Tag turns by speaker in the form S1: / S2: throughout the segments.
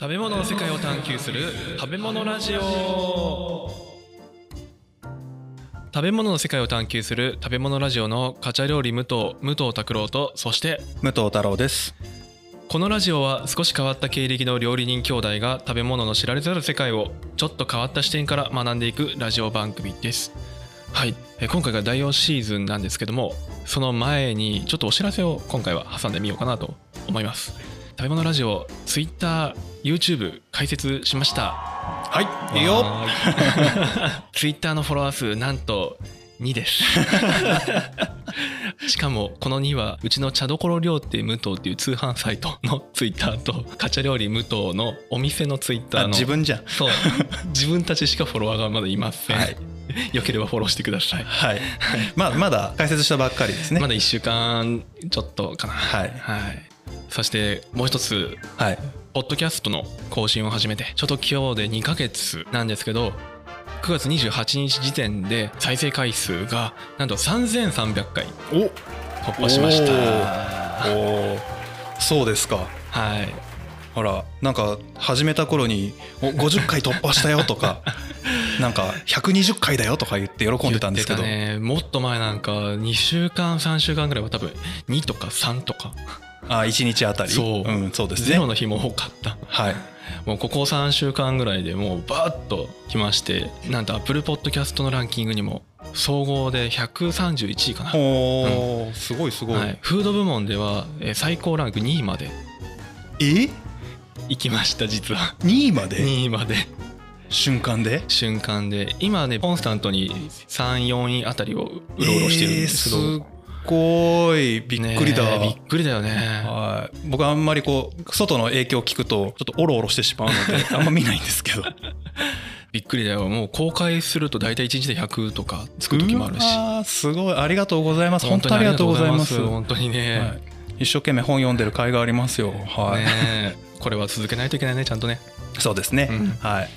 S1: 食べ物の世界を探求する食べ物ラジオ食べ物の世界を探求する食べ物ラジオのカチャ料理武藤武藤拓郎とそして
S2: 武藤太郎です
S1: このラジオは少し変わった経歴の料理人兄弟が食べ物の知られざる世界をちょっと変わった視点から学んでいくラジオ番組ですはいえー今回が第4シーズンなんですけどもその前にちょっとお知らせを今回は挟んでみようかなと思います食べ物ラジオ TwitterYouTube 開設しました
S2: はいいいよ
S1: Twitter のフォロワー数なんと2です しかもこの2はうちの茶どころ料亭武藤っていう通販サイトのツイッターとカチャ料理武藤のお店のツイッター
S2: あ
S1: の
S2: 自分じゃん
S1: そう自分たちしかフォロワーがまだいません、
S2: はい
S1: よければフォローしてください、
S2: はいまあまだ解説したばっかりですね
S1: まだ1週間ちょっとかな
S2: はい
S1: はいそしてもう一つ
S2: はい
S1: ポッドキャストの更新を始めてちょっと今日で2ヶ月なんですけど9月28日時点で再生回数がなんと3300回
S2: お
S1: 突破しました
S2: おおーそうですか
S1: はい
S2: ほらなんか始めた頃に「お50回突破したよ」とか「なんか120回だよ」とか言って喜んでたんですけど、
S1: 言ってたね、もっと前なんか2週間3週間ぐらいは多分2とか3とか
S2: あ1日あたり、
S1: そうん
S2: そうです
S1: ゼ
S2: ね
S1: ロの日も多かった
S2: はい
S1: もうここ3週間ぐらいでもうバーッと来ましてなんと Apple Podcast のランキングにも総合で131位かな
S2: おお、すごいすごい、
S1: はい、フード部門ではえー最高ランク2位まで
S2: え
S1: 行きました実は
S2: 2位まで
S1: 2位まで
S2: 瞬間で
S1: 瞬間で今ねコンスタントに34位あたりをうろうろしてるんですけど、
S2: えーすっごいびっくりだ、
S1: ねえびっくりだよね
S2: はい、僕はあんまりこう外の影響を聞くとちょっとオロオロしてしまうのであんま見ないんです けど
S1: びっくりだよもう公開すると大体1日で100とかつく時もあるし
S2: うわーすごいありがとうございます本当にありがとうございます
S1: 本当にね,、
S2: はい一生懸命本読んでる甲斐がありますよはい、
S1: ねえこれは続けないといけないねちゃんとね
S2: そうですね、
S1: うん
S2: はい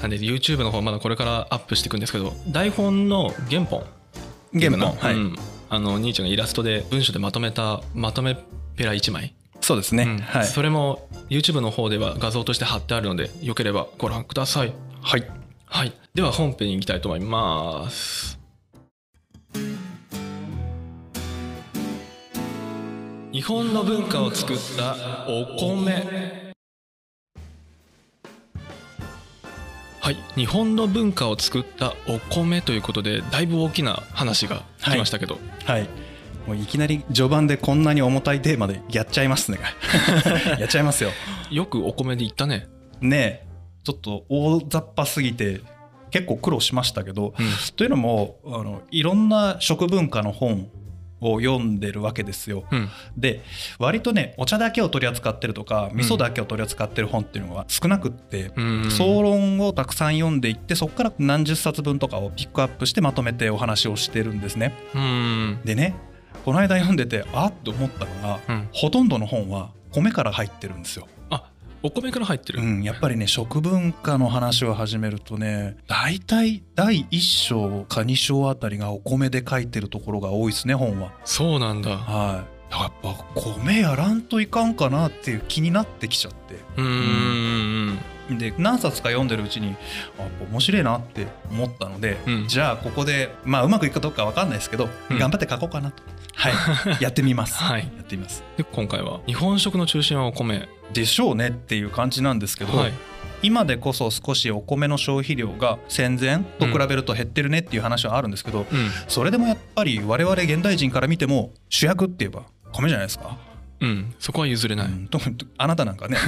S1: なんで YouTube の方まだこれからアップしていくんですけど台本の原本
S2: 原本
S1: は
S2: はいい、
S1: あの兄ちゃんがイラストで文章でまとめたまとめペラ1枚、
S2: そうですね、
S1: うん
S2: はい、
S1: それも YouTube の方では画像として貼ってあるのでよければご覧ください
S2: はい
S1: はいでは本編に行きたいと思います日本の文化を作ったお米はい日本の文化を作ったお米ということでだいぶ大きな話が来ましたけど、
S2: はいもういきなり序盤でこんなに重たいテーマでやっちゃいます ねやっちゃいますよ
S1: よくお米で言ったね、
S2: ねえちょっと大雑把すぎて結構苦労しましたけどというのもあのいろんな食文化の本を読んでるわけですよ
S1: うん
S2: で割とねお茶だけを取り扱ってるとか味噌だけを取り扱ってる本っていうのは少なくって、
S1: うん
S2: 総論をたくさん読んでいってそこから何十冊分とかをピックアップしてまとめてお話をしてるんですね
S1: うん
S2: でねこの間読んでてあっと思ったのが
S1: うん
S2: ほとんどの本は米から入ってるんですよ
S1: あお米から入ってる、
S2: うん、やっぱりね食文化の話を始めるとね大体第1章か2章あたりがお米で書いてるところが多いですね本は。
S1: そうなんだ
S2: はい、やっぱ米やらんといかんかなっていう気になってきちゃって
S1: うんうん
S2: で何冊か読んでるうちにあやっぱ面白いなって思ったので、
S1: うん
S2: じゃあここでまあうまくいくかどうかわかんないですけど、
S1: うん
S2: 頑張って書こうかなと、 はい、やってみます。
S1: はい
S2: やってみます
S1: で今回は日本食の中心はお米
S2: でしょうねっていう感じなんですけど、
S1: はい
S2: 今でこそ少しお米の消費量が戦前と比べると減ってるねっていう話はあるんですけど、それでもやっぱり我々現代人から見ても主役って言えば米じゃないですか、
S1: うん、うん、そこは譲れない、
S2: うん特にあなたなん かね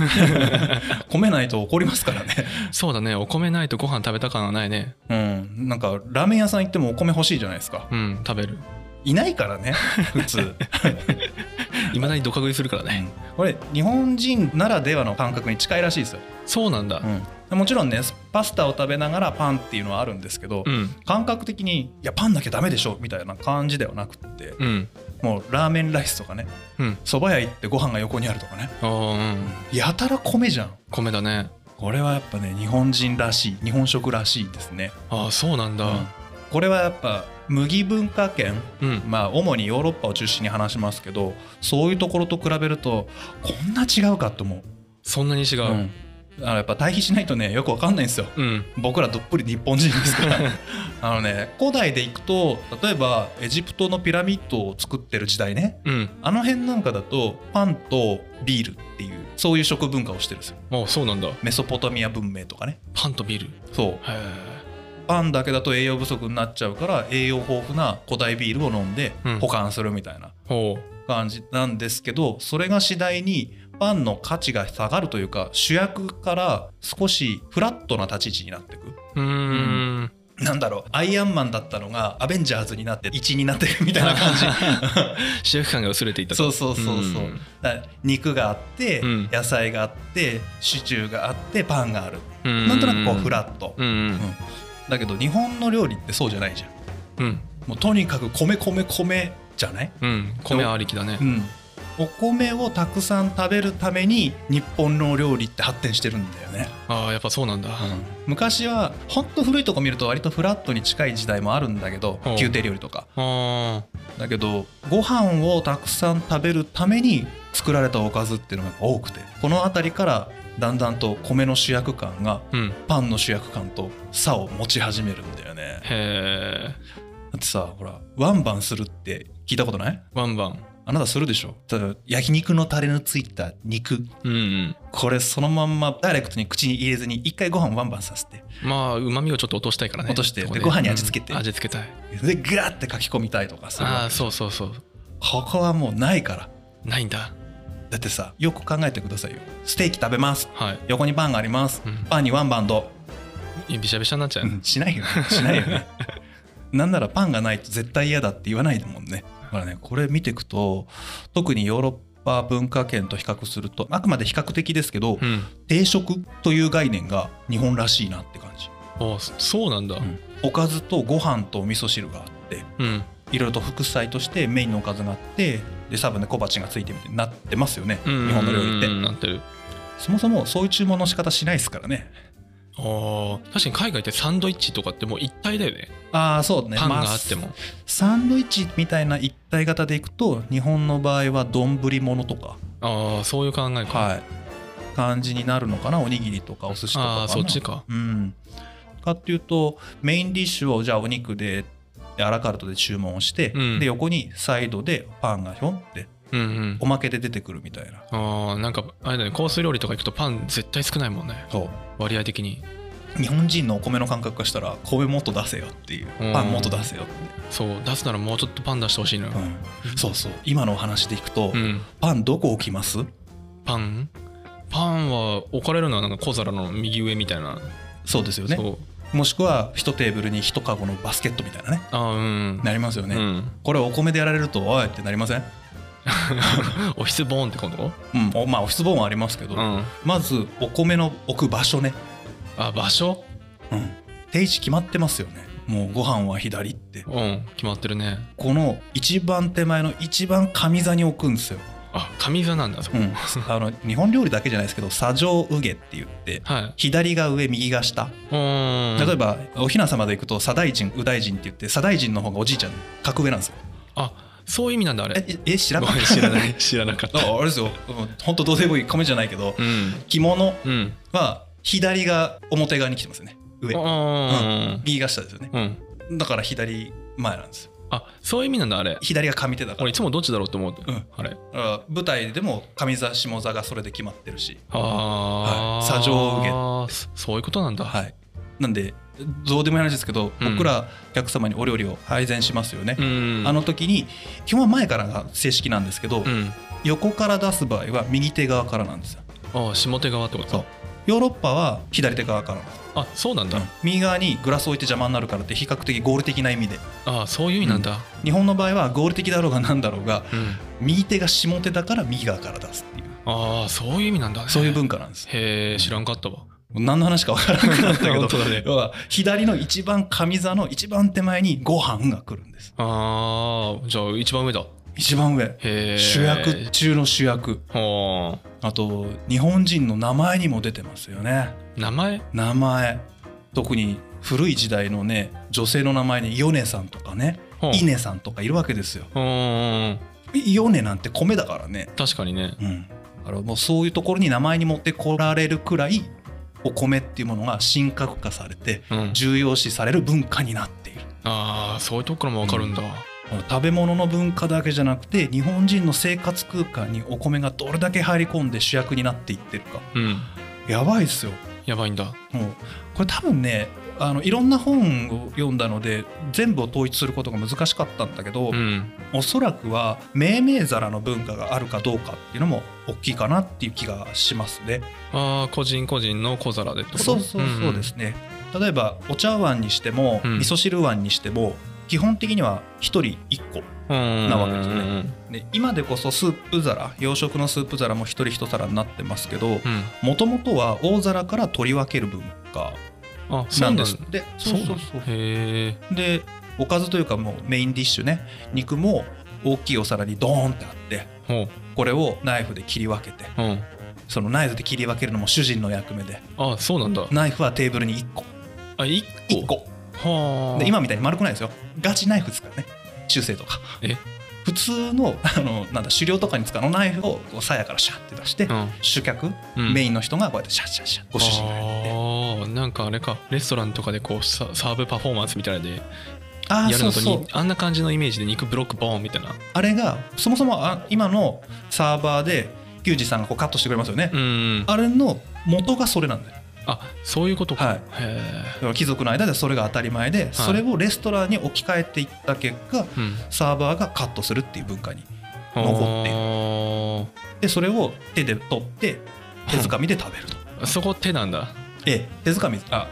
S2: 米ないと怒りますからね、
S1: そうだねお米ないとご飯食べた感はないね
S2: うん、なんかラーメン屋さん行ってもお米欲しいじゃないですか
S1: うん食べる
S2: いないから ね普通、うん
S1: いまだにドカ食いするからね、
S2: これ日本人ならではの感覚に近いらしいですよ、
S1: そうなんだ
S2: うんもちろんねパスタを食べながらパンっていうのはあるんですけど、
S1: うん
S2: 感覚的にいやパンだけダメでしょみたいな感じではなくって
S1: うん
S2: もうラーメンライスとかね
S1: うん
S2: 蕎麦屋行ってご飯が横にあるとかね
S1: あーうん
S2: やたら米じゃん
S1: 米だね
S2: これはやっぱね日本人らしい日本食らしいですね、
S1: ああそうなん
S2: うん
S1: だ
S2: これはやっぱ麦文化圏
S1: うん、
S2: まあ主にヨーロッパを中心に話しますけどそういうところと比べるとこんな違うかと思う、
S1: そんなに違う、
S2: うんあのやっぱ対比しないとねよくわかんないんですよ
S1: うん
S2: 僕らどっぷり日本人です からあのね古代でいくと例えばエジプトのピラミッドを作ってる時代ね
S1: うん
S2: あの辺なんかだとパンとビールっていうそういう食文化をしてるんです
S1: あ
S2: よ
S1: そうなんだ
S2: メソポタミア文明とかね
S1: パンとビールへ
S2: そう
S1: え
S2: パンだけだと栄養不足になっちゃうから栄養豊富な古代ビールを飲んで
S1: うん
S2: 保管するみたいな
S1: ほう
S2: 感じなんですけどそれが次第にパンの価値が下がるというか主役から少しフラットな立ち位置になっていく
S1: うーん
S2: なんだろうアイアンマンだったのがアベンジャーズになって1になってるみたいな感 じ
S1: 主役感が薄れていった
S2: そうそうそうそう、
S1: うん
S2: だから肉があって、
S1: うん
S2: 野菜があってシチューがあってパンがある
S1: うん
S2: なんとなくこうフラット、
S1: うんうん
S2: うんだけど日本の料理ってそうじゃないじゃん
S1: うん
S2: もうとにかく米米米じゃない、
S1: うん米ありきだね
S2: うん、お米をたくさん食べるために日本の料理って発展してるんだよね、
S1: ああやっぱそうなんだ
S2: 昔はほんと古いとこ見ると割とフラットに近い時代もあるんだけど
S1: ほう
S2: 宮廷料理とか
S1: あ
S2: だけどご飯をたくさん食べるために作られたおかずっていうのが多くてこの辺りからだんだんと米の主役感が
S1: ーうん
S2: パンの主役感と差を持ち始めるんだよね
S1: へえ
S2: だってさほらワンバンするって聞いたことない
S1: ワンバン
S2: あなたするでしょただ焼肉のタレのついた肉
S1: うんうん
S2: これそのまんまダイレクトに口に入れずに一回ご飯をワンバンさせて
S1: まあうまみをちょっと落としたいからね
S2: 落として
S1: そこで
S2: でご飯に味付けて
S1: うん味付けたい
S2: でグラッて書き込みたいとか
S1: あ
S2: さ
S1: あそうそうそう
S2: ここはもうないから
S1: ないんだ
S2: だってさよく考えてくださいよステーキ食べます
S1: はい
S2: 横にパンがあります、
S1: うん
S2: パンにワンバウンド、
S1: いやびしゃびしゃになっちゃう
S2: うんしないよねしないよ ねなんならパンがないと絶対嫌だって言わないだもんねだからねこれ見ていくと特にヨーロッパ文化圏と比較するとあくまで比較的ですけど、
S1: うん
S2: 定食という概念が日本らしいなって感じ、
S1: ああそそうなんだ
S2: おかずとご飯とお味噌汁があって
S1: うん
S2: いろいろと副菜としてメインのおかずがあってでサブで小鉢がついてみたいになってますよね、
S1: うん
S2: 日本の料理って、
S1: うんなってる
S2: そもそもそういう注文の仕方しないですからね
S1: あー確かに海外ってサンドイッチとかってもう一体だよね
S2: ああそうね
S1: パン
S2: ま
S1: があっても、
S2: サンドイッチみたいな一体型でいくと日本の場合は丼ものとか、
S1: ああそういう考えか、
S2: はい、感じになるのかなおにぎりとかお寿司とかか
S1: あ
S2: な
S1: あそっちか
S2: うん、かっていうとメインディッシュをじゃあお肉でアラカルトで注文して、
S1: うん
S2: で横にサイドでパンがひょんって
S1: うんうん
S2: おまけで出てくるみたいな
S1: ああなんかあれだねコース料理とか行くとパン絶対少ないもんね
S2: そう
S1: 割合的に
S2: 日本人のお米の感覚化したら米もっと出せよっていう
S1: うん
S2: パンもっと出せよって、
S1: そう出すならもうちょっとパン出してほしいのよ
S2: うんそうそう今のお話でいくと、
S1: うん、
S2: パンどこ置きます
S1: パンパンは置かれるのはなんか小皿の右上みたいな、
S2: そうですよね
S1: そう
S2: もしくは一テーブルに一カゴのバスケットみたいなね
S1: ああうん
S2: なりますよね、
S1: うん
S2: これお米でやられるとおいってなりません
S1: オフィスボーンってこと
S2: うんおまあオフィスボーンはありますけど、
S1: うん
S2: まずお米の置く場所ね、
S1: あ場所
S2: うん、定位置決まってますよねもうご飯は左って
S1: うん決まってるね
S2: この一番手前の一番上座に置くんですよ、
S1: あ上座なんだそこ、
S2: うん あの日本料理だけじゃないですけど左上右下って言って
S1: はい
S2: 左が上右が下、
S1: うん
S2: 例えばお雛様で行くと左大臣右大臣って言って左大臣の方がおじいちゃん格上なんですよ
S1: あそういう意味なんだあれ
S2: えええ知ら
S1: ご
S2: ない
S1: めん知らない 知らなかっ
S2: だ
S1: た
S2: からあれですよ本当どうでもいい米じゃないけど
S1: うん
S2: 着物
S1: うん
S2: は左が表側に来てますよね上
S1: うん
S2: 右が下ですよね
S1: うん
S2: だから左前なんですよ
S1: あそういう意味なんだあれ
S2: 左が上手だから
S1: 俺いつもどっちだろうって思う、
S2: うん
S1: あれ
S2: だから舞台でも上座下座がそれで決まってるし
S1: あ
S2: はい
S1: あ、
S2: 砂上右
S1: 下そういうことなんだ、
S2: はいなんでどうでもいい話ですけど
S1: うん
S2: 僕らお客様にお料理を配膳しますよね
S1: うん
S2: あの時に基本は前からが正式なんですけど
S1: うん
S2: 横から出す場合は右手側からなんですよ
S1: ああ下手側ってこと
S2: そうヨーロッパは左手側からなんです
S1: あそうなんだ、
S2: 右側にグラス置いて邪魔になるからって比較的合理的な意味で
S1: ああそういう意味なんだ
S2: 日本の場合は合理的だろうが何だろうが
S1: うん、
S2: 右手が下手だから右側から出すっていう
S1: ああそういう意味なんだね
S2: そういう文化なんです
S1: へえ知らんかったわ
S2: 何の話か分からなくなった け
S1: 本
S2: ど
S1: 当だね
S2: 要は左の一番上座の一番手前にご飯が来るんです
S1: ああじゃあ一番上だ
S2: 一番上
S1: へえ
S2: 主役中の主役
S1: ほ
S2: あと日本人の名前にも出てますよね
S1: う名前
S2: 名前特に古い時代のね女性の名前にヨネさんとかね
S1: ほう
S2: イネさんとかいるわけですよ
S1: うん
S2: ヨネなんて米だからね
S1: 確かにね
S2: うん、あのもうそういうところに名前に持ってこられるくらいお米っていうものが神格化されて
S1: うん、
S2: 重要視される文化になっている
S1: ああそういうところもわかるんだ、
S2: この食べ物の文化だけじゃなくて日本人の生活空間にお米がどれだけ入り込んで主役になっていってるか
S1: うん、
S2: やばいっすよ
S1: やばいんだ
S2: もうこれ多分ねあのいろんな本を読んだので全部を統一することが難しかったんだけど、
S1: うん
S2: おそらくは命名皿の文化があるかどうかっていうのも大きいかなっていう気がしますね。
S1: ああ個人個人の小皿でってこと
S2: そうそうそうですね、例えばお茶碗にしても、
S1: うん
S2: 味噌汁碗にしても基本的には1人1個
S1: な
S2: なわけですねで今でこそスープ皿洋食のスープ皿も1人1皿になってますけど
S1: うん
S2: もともとは大皿から取り分ける文化
S1: あそうな
S2: な
S1: ん
S2: ん
S1: で
S2: です
S1: す
S2: ってそうそうそう
S1: へえ
S2: でおかずというかもうメインディッシュね肉も大きいお皿にドーンってあって
S1: ほ
S2: これをナイフで切り分けて
S1: ううん
S2: そのナイフで切り分けるのも主人の役目で
S1: あそうなんだ
S2: ナイフはテーブルに1個
S1: あ一
S2: 1
S1: 個
S2: 個
S1: はあ
S2: で今みたいに丸くないですよガチナイフ使うね中性とか
S1: え
S2: 普通の あのなんだ狩猟とかに使うあのナイフをこう鞘からシャッて出して、主客、
S1: うんうん
S2: メインの人がこうやってシャッシャッシャッご主人がやって
S1: あーなんかあれかレストランとかでこうササーブパフォーマンスみたいなので
S2: あー
S1: やる
S2: そう
S1: のとに
S2: そう
S1: あんな感じのイメージで肉ブロックボーンみたいな
S2: あれがそもそもあ今のサーバーでキュウジさんがこうカットしてくれますよね、
S1: うん
S2: あれの元がそれなんだよ
S1: あそういうことか、
S2: はい
S1: へ
S2: だから貴族の間ではそれが当たり前で、それをレストランに置き換えていった結果
S1: え、うん、
S2: サーバーがカットするっていう文化に残っているでそれを手で取って手づかみで食べると、
S1: あーそこ手なんだ
S2: ええ手づかみあ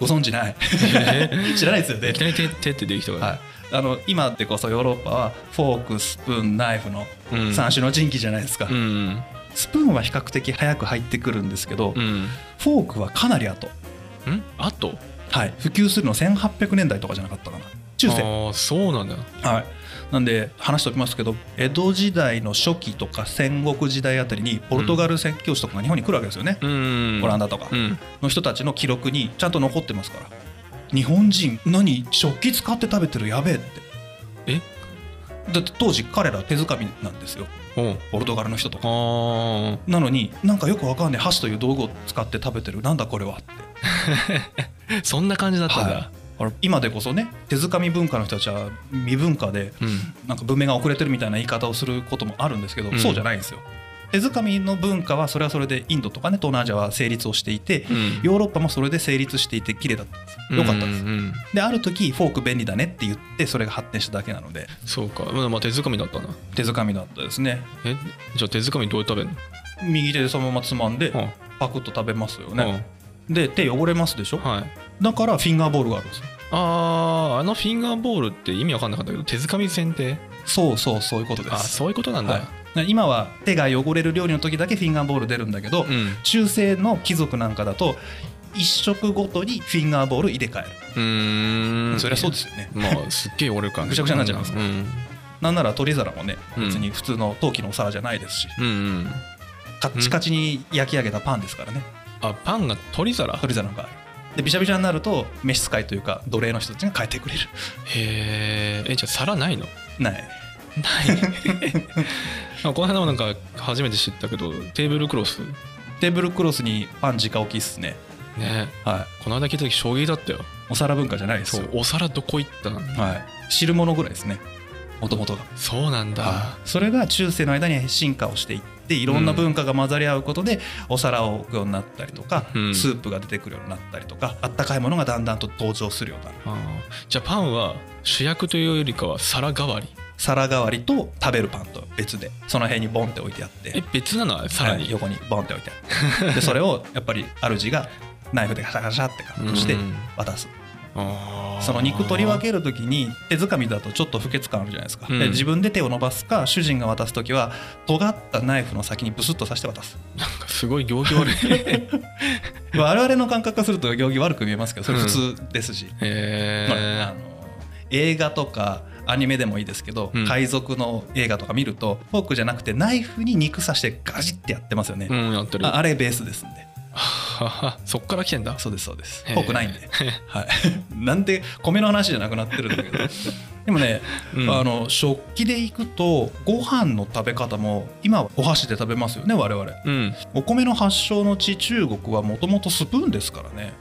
S2: ご存知ない 知らないですよね
S1: いきなり手手ってできたから、
S2: はい、あの今ってこそヨーロッパはフォークスプーンナイフの
S1: うん、
S2: 三種の神器じゃないですか、
S1: うん
S2: スプーンは比較的早く入ってくるんですけど、
S1: うん
S2: フォークはかなり後、
S1: んあと
S2: はい、普及するの1800年代とかじゃなかったかな中世
S1: ああそうなんだ
S2: はいなんで話しておきますけど江戸時代の初期とか戦国時代あたりにポルトガル宣教師とかが日本に来るわけですよね、
S1: うん
S2: オラン
S1: ダ
S2: ダとか
S1: うん
S2: の人たちの記録にちゃんと残ってますから日本人何食器使って食べてるやべえって
S1: え
S2: だって当時彼ら手づかみなんですよ
S1: おう
S2: ポルトガルの人とか
S1: あ
S2: なのになんかよくわかんない箸という道具を使って食べてるなんだこれはって
S1: あそんな感じだったんだ、
S2: はあれ今でこそね手づかみ文化の人たちは未文化で
S1: うん
S2: なんか文明が遅れてるみたいな言い方をすることもあるんですけど、
S1: うん
S2: そうじゃないんですよ手づかみの文化はそれはそれでインドとかね東南アジアは成立をしていて、
S1: うん
S2: ヨーロッパもそれで成立していて綺麗だったんですよよかったんです、
S1: うんうんうん
S2: である時フォーク便利だねって言ってそれが発展しただけなので
S1: そうかまあまあ手づかみだったな
S2: 手づかみだったですね
S1: えじゃあ手づかみどうやって食べる
S2: 右手でそのままつまんで
S1: の
S2: パクッと食べますよ
S1: うん
S2: ねで手汚れますでし
S1: う
S2: ょ
S1: んはい
S2: だからフィンガーボールがあるんですよ
S1: あーあのフィンガーボールって意味わかんなかったけど手づかみ選定
S2: そうそうそういうことで
S1: あ
S2: す
S1: そういうことなんだ、
S2: はい、今は手が汚れる料理の時だけフィンガーボール出るんだけど、
S1: うん
S2: 中世の貴族なんかだと一食ごとにフィンガーボール入れ替え
S1: うー
S2: る、
S1: ん
S2: そりゃそうですよね
S1: まあすっげえ折れるからね
S2: ぐちゃぐちゃになっちゃいます
S1: うん
S2: なんなら取り皿もね
S1: うん
S2: 別に普通の陶器のお皿じゃないですし、
S1: うんうん
S2: カッチカチに焼き上げたパンですからね
S1: あパンが取り皿へ
S2: 取り皿があるでびしゃびしゃになると召使いというか奴隷の人たちが変えてくれる
S1: ええじゃあ皿ないの
S2: ない
S1: ないあこの間もなんか初めて知ったけどテーブルクロス
S2: テーブルクロスにパン直置きっすね
S1: ね
S2: は
S1: この間聞いた時衝撃だったよ
S2: いお皿文化じゃないです
S1: そう
S2: よ
S1: お皿どこ行ったの
S2: はい汁物ぐらいですねもともとが
S1: そうなんだ
S2: それが中世の間に進化をしていっていろんな文化が混ざり合うことでお皿を置くようになったりとか、
S1: うん
S2: スープが出てくるようになったりとかあったかいものがだんだんと登場するようになる
S1: あーじゃあパンは主役というよりかは皿代わり
S2: 皿代わりと食べるパンと別でその辺にボンって置いてあって
S1: え別なの皿
S2: はい
S1: に、
S2: 横にボンって置いてあってでそれ をやっぱり主がナイフでガシャガシャってカットして
S1: うん
S2: 渡す
S1: あー
S2: その肉取り分ける時に手づかみだとちょっと不潔感あるじゃないですか、
S1: うん
S2: で自分で手を伸ばすか主人が渡す時は尖ったナイフの先にブスッと刺して渡 す
S1: なんかすごい行儀悪 い
S2: 我々の感覚からすると行儀悪く見えますけどそれ普通ですし、
S1: え
S2: まああ
S1: ー
S2: の映画とかアニメでもいいですけど、
S1: うん
S2: 海賊の映画とか見るとフォークじゃなくてナイフに肉刺してガジってやってますよね、
S1: うんやってる
S2: ああれベースですんで
S1: ははそっから来てんだ
S2: そうですそうです
S1: へー
S2: 多くないんで、はい、 なんで米の話じゃなくなってるんだけどでもね、
S1: うん
S2: あの食器でいくとご飯の食べ方も今はお箸で食べますよね我々
S1: うん
S2: お米の発祥の地中国はもともとスプーンですからね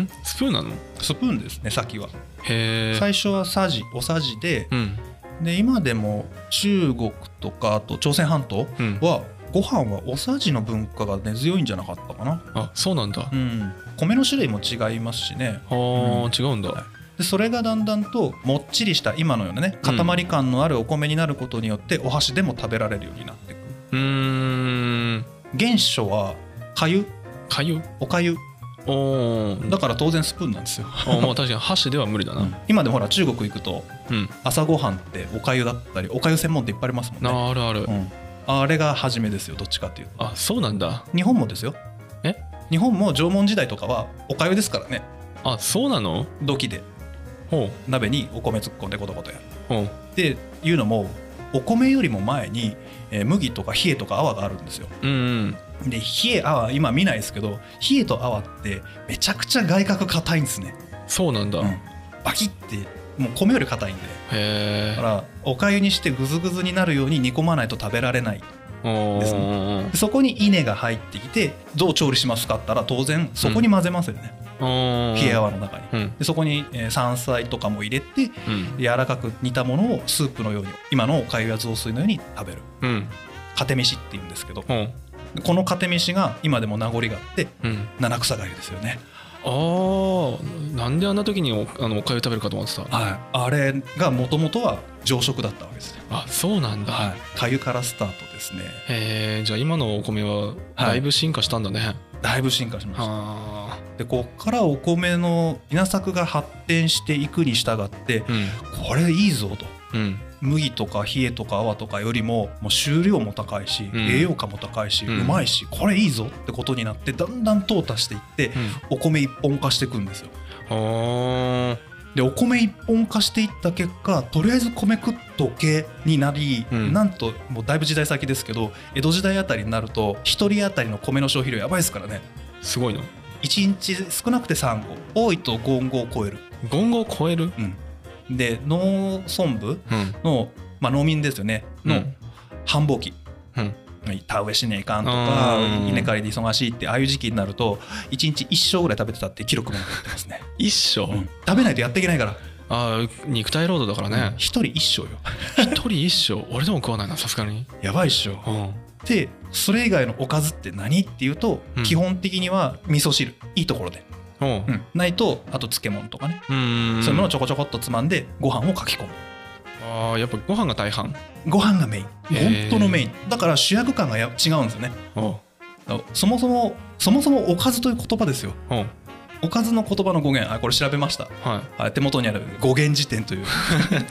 S1: んスプーンなの
S2: スプーンですね先は
S1: へえ
S2: 最初はさじおさじで
S1: うん
S2: で今でも中国とかあと朝鮮半島
S1: うん
S2: はご飯はおさじの文化が根強いんじゃなかったかな
S1: あそうなんだ
S2: うん米の種類も違いますしね
S1: あ
S2: うん
S1: ー違うんだ
S2: はでそれがだんだんともっちりした今のようなね塊感のあるお米になることによってお箸でも食べられるようになっていく
S1: うーん
S2: 原初はかゆ
S1: かゆ
S2: おかゆ
S1: おー
S2: だから当然スプーンなんですよ、
S1: あーまあ確かに箸では無理だな
S2: 今でもほら中国行くと
S1: うん
S2: 朝ごはんっておかゆだったりおかゆ専門店いっぱいありますもんね
S1: ああるある
S2: うん、あれが初めですよどっちかっていうと
S1: あそうなんだ
S2: 日本もですよ
S1: え
S2: 日本も縄文時代とかはおかゆですからね
S1: あそうなの
S2: 土器で
S1: ほう
S2: 鍋にお米突っ込んでゴトゴトやる
S1: ほう
S2: っていうのもお米よりも前に、えー麦とか冷えとか泡があるんですよ
S1: うんうん
S2: で冷え泡今見ないですけど冷えと泡ってめちゃくちゃ外角硬いんですね、
S1: そうなんだ
S2: うん
S1: へ、
S2: バキってもう米より硬いんでだか
S1: え
S2: らおかゆにしてグズグズになるように煮込まないと食べられない
S1: お
S2: です
S1: ー
S2: でそこに稲が入ってきてどう調理しますかって言ったら当然そこに混ぜますよね、
S1: お
S2: 冷え
S1: は
S2: 泡の中に
S1: うん
S2: でそこにえー山菜とかも入れて
S1: うん
S2: 柔らかく煮たものをスープのように今のおかゆや雑炊のように食べる
S1: うん
S2: かて飯って言うんですけど
S1: ほう
S2: このかて飯が今でも名残があって
S1: うん
S2: 七草がゆですよね
S1: ああなんであんな時におあのおかゆ食べるかと思ってた
S2: はいあれがもともとは常食だったわけですね
S1: あそうなんだ、
S2: いかゆからスタートですね
S1: へえじゃあ今のお米はだいぶ進化したんだね、
S2: だいぶ進化しました
S1: あ
S2: でこっからお米の稲作が発展していくに従って
S1: あうん
S2: これいいぞと
S1: うん
S2: 麦とか冷えとか泡とかよりももう収量も高いし、
S1: うん
S2: 栄養価も高いし、
S1: う
S2: うんまいしこれいいぞってことになってだんだん淘汰していって、お米一本化していくんですよ
S1: うんああ
S2: でお米一本化していった結果とりあえず米食っとけになり、
S1: うん
S2: なんともうだいぶ時代先ですけど江戸時代あたりになると1人当たりの米の消費量やばいですからね
S1: すごいな
S2: 1日少なくて3合多いと5合を超える、
S1: 言語を超える
S2: うん、で農村部
S1: うん
S2: の、まあ、農民ですよねの、
S1: うん
S2: 繁忙期、
S1: うん
S2: 田植えしねえかんとか
S1: うん
S2: 稲刈りで忙しいってああいう時期になると一日一生ぐらい食べてたって記録も残ってます ね、
S1: 一生、
S2: うん食べないとやっていけないから
S1: ああ肉体労働だから
S2: うん
S1: ね
S2: 一人一生よ
S1: 一人一生俺でも食わないなさすがに
S2: やばいっしょ
S1: うん
S2: でそれ以外のおかずって何っていうと、
S1: うん
S2: 基本的には味噌汁いいところで、
S1: うん
S2: うんないとあと漬物とかね、
S1: うん
S2: そういうのをちょこちょこっとつまんでご飯をかき込む
S1: ああやっぱご飯が大半
S2: ご飯がメイン
S1: へー
S2: 本当のメインだから主役感がや違うんですよね
S1: うん
S2: そもそもそもそもおかずという言葉ですよ
S1: うん
S2: おかずの言葉の語源あこれ調べました
S1: は
S2: あ手元にある語源辞典 という
S1: い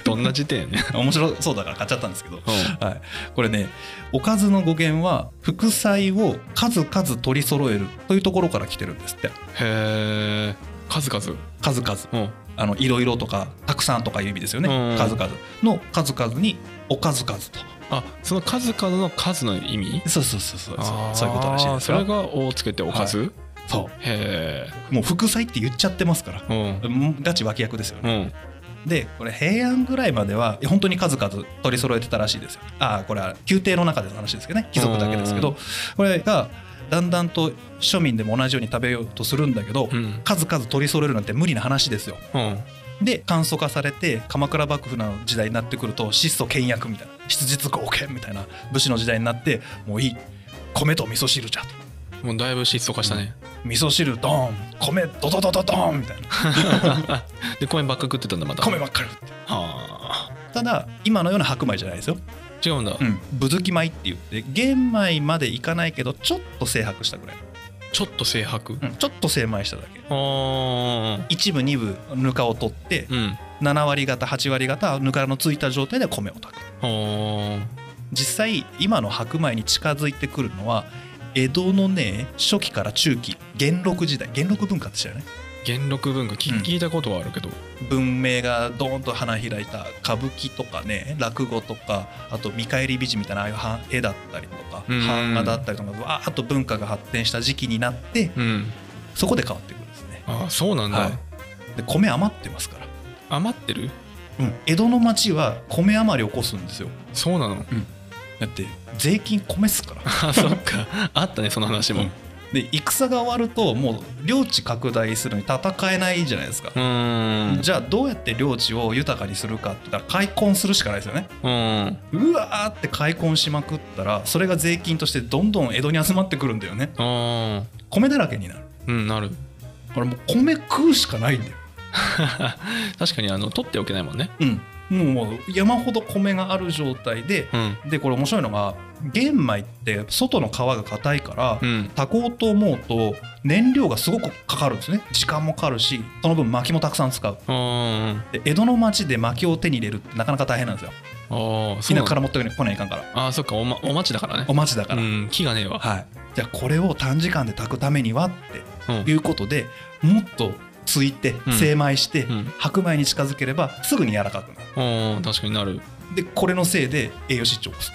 S1: どんな時点やね
S2: 面白そうだから買っちゃったんですけ ど、
S1: う
S2: はい、これねおかずの語源は副菜を数々取り揃えるというところから来てるんですって
S1: へえ数々
S2: 数々
S1: うん
S2: あのいろいろとかたくさんとかいう意味ですよね
S1: うん
S2: 数々の数々におかず数と
S1: あその数々の数の意味
S2: そうそうそうそう
S1: あー
S2: そういうことらしいです
S1: それ
S2: よ
S1: が「お」をつけておかず、
S2: そ
S1: へ
S2: うもう副菜って言っちゃってますから
S1: えうん
S2: うんガチ脇役ですよね
S1: うん
S2: でこれ平安ぐらいまでは本当に数々取り揃えてたらしいですよああこれは宮廷の中での話ですけどね貴族だけですけ
S1: う
S2: どこれがだんだんと庶民でも同じように食べようとするんだけど、
S1: うん
S2: 数々取り揃えるなんて無理な話ですよ
S1: うん
S2: で簡素化されて鎌倉幕府の時代になってくると質素倹約みたいな質実剛健みたいな武士の時代になってもういい米と味噌汁じゃと
S1: もうだいぶ質素化したね、
S2: 味噌汁ドーン米ドドドドドーンみたいな
S1: で米ばっか食ってたんだまた
S2: 米
S1: は
S2: ばっかりって
S1: あ
S2: ただ今のような白米じゃないですよ
S1: 違うんだ、
S2: うん、ぶずき米って言って玄米までいかないけどちょっと精白したぐらい、
S1: ちょっと制白
S2: うん、ちょっと精米しただけ
S1: あー
S2: 一部二部ぬかを取って
S1: うん
S2: 7割方8割方ぬかのついた状態で米を炊く
S1: あー
S2: 実際今の白米に近づいてくるのは江戸のね初期から中期元禄時代元禄文化って知らない
S1: 元禄文化き
S2: うん
S1: 聞いたことはあるけど、
S2: 文明がドーンと花開いた歌舞伎とかね落語とかあと見返り美人みたいなああいうは絵だったりとか
S1: うん
S2: 版画だったりとかわーっと文化が発展した時期になって
S1: うん
S2: そこで変わってくるんですね。
S1: ああそうなんだ、
S2: はい、で米余ってますから、
S1: 余ってる
S2: うん、江戸の町は米余り起こすんですよ
S1: そうなの
S2: だって税金米っすから。
S1: あそっかあったねその話も
S2: うんで戦が終わるともう領地拡大するのに戦えないじゃないですか
S1: う、ーん
S2: じゃあどうやって領地を豊かにするかって言ったら開墾するしかないですよね
S1: うん
S2: うわーって開墾しまくったらそれが税金としてどんどん江戸に集まってくるんだよね
S1: あ
S2: 米だらけになる
S1: ーうんなる
S2: これもう米食うしかないんだよ
S1: 確かにあの取っておけないもんね
S2: うんもうもう山ほど米がある状態で
S1: うん
S2: でこれ面白いのが玄米って外の皮が硬いから
S1: うん
S2: 炊こうと思うと燃料がすごくかかるんですね時間もかかるしその分薪もたくさん使う
S1: あ
S2: で江戸の町で薪を手に入れるってなかなか大変なんですよ
S1: ーあーそうな
S2: 田舎
S1: の
S2: から持ってこないかんから
S1: あーそっかお,、ま、お待ちだからね
S2: お町だから、
S1: うん木がねえわ
S2: はい、じゃあこれを短時間で炊くためにはって
S1: うん
S2: いうことでもっとついて
S1: うん
S2: 精米して、
S1: うん
S2: 白米に近づければすぐに柔らかくなる
S1: あー確かになる
S2: でこれのせいで栄養失調を起こす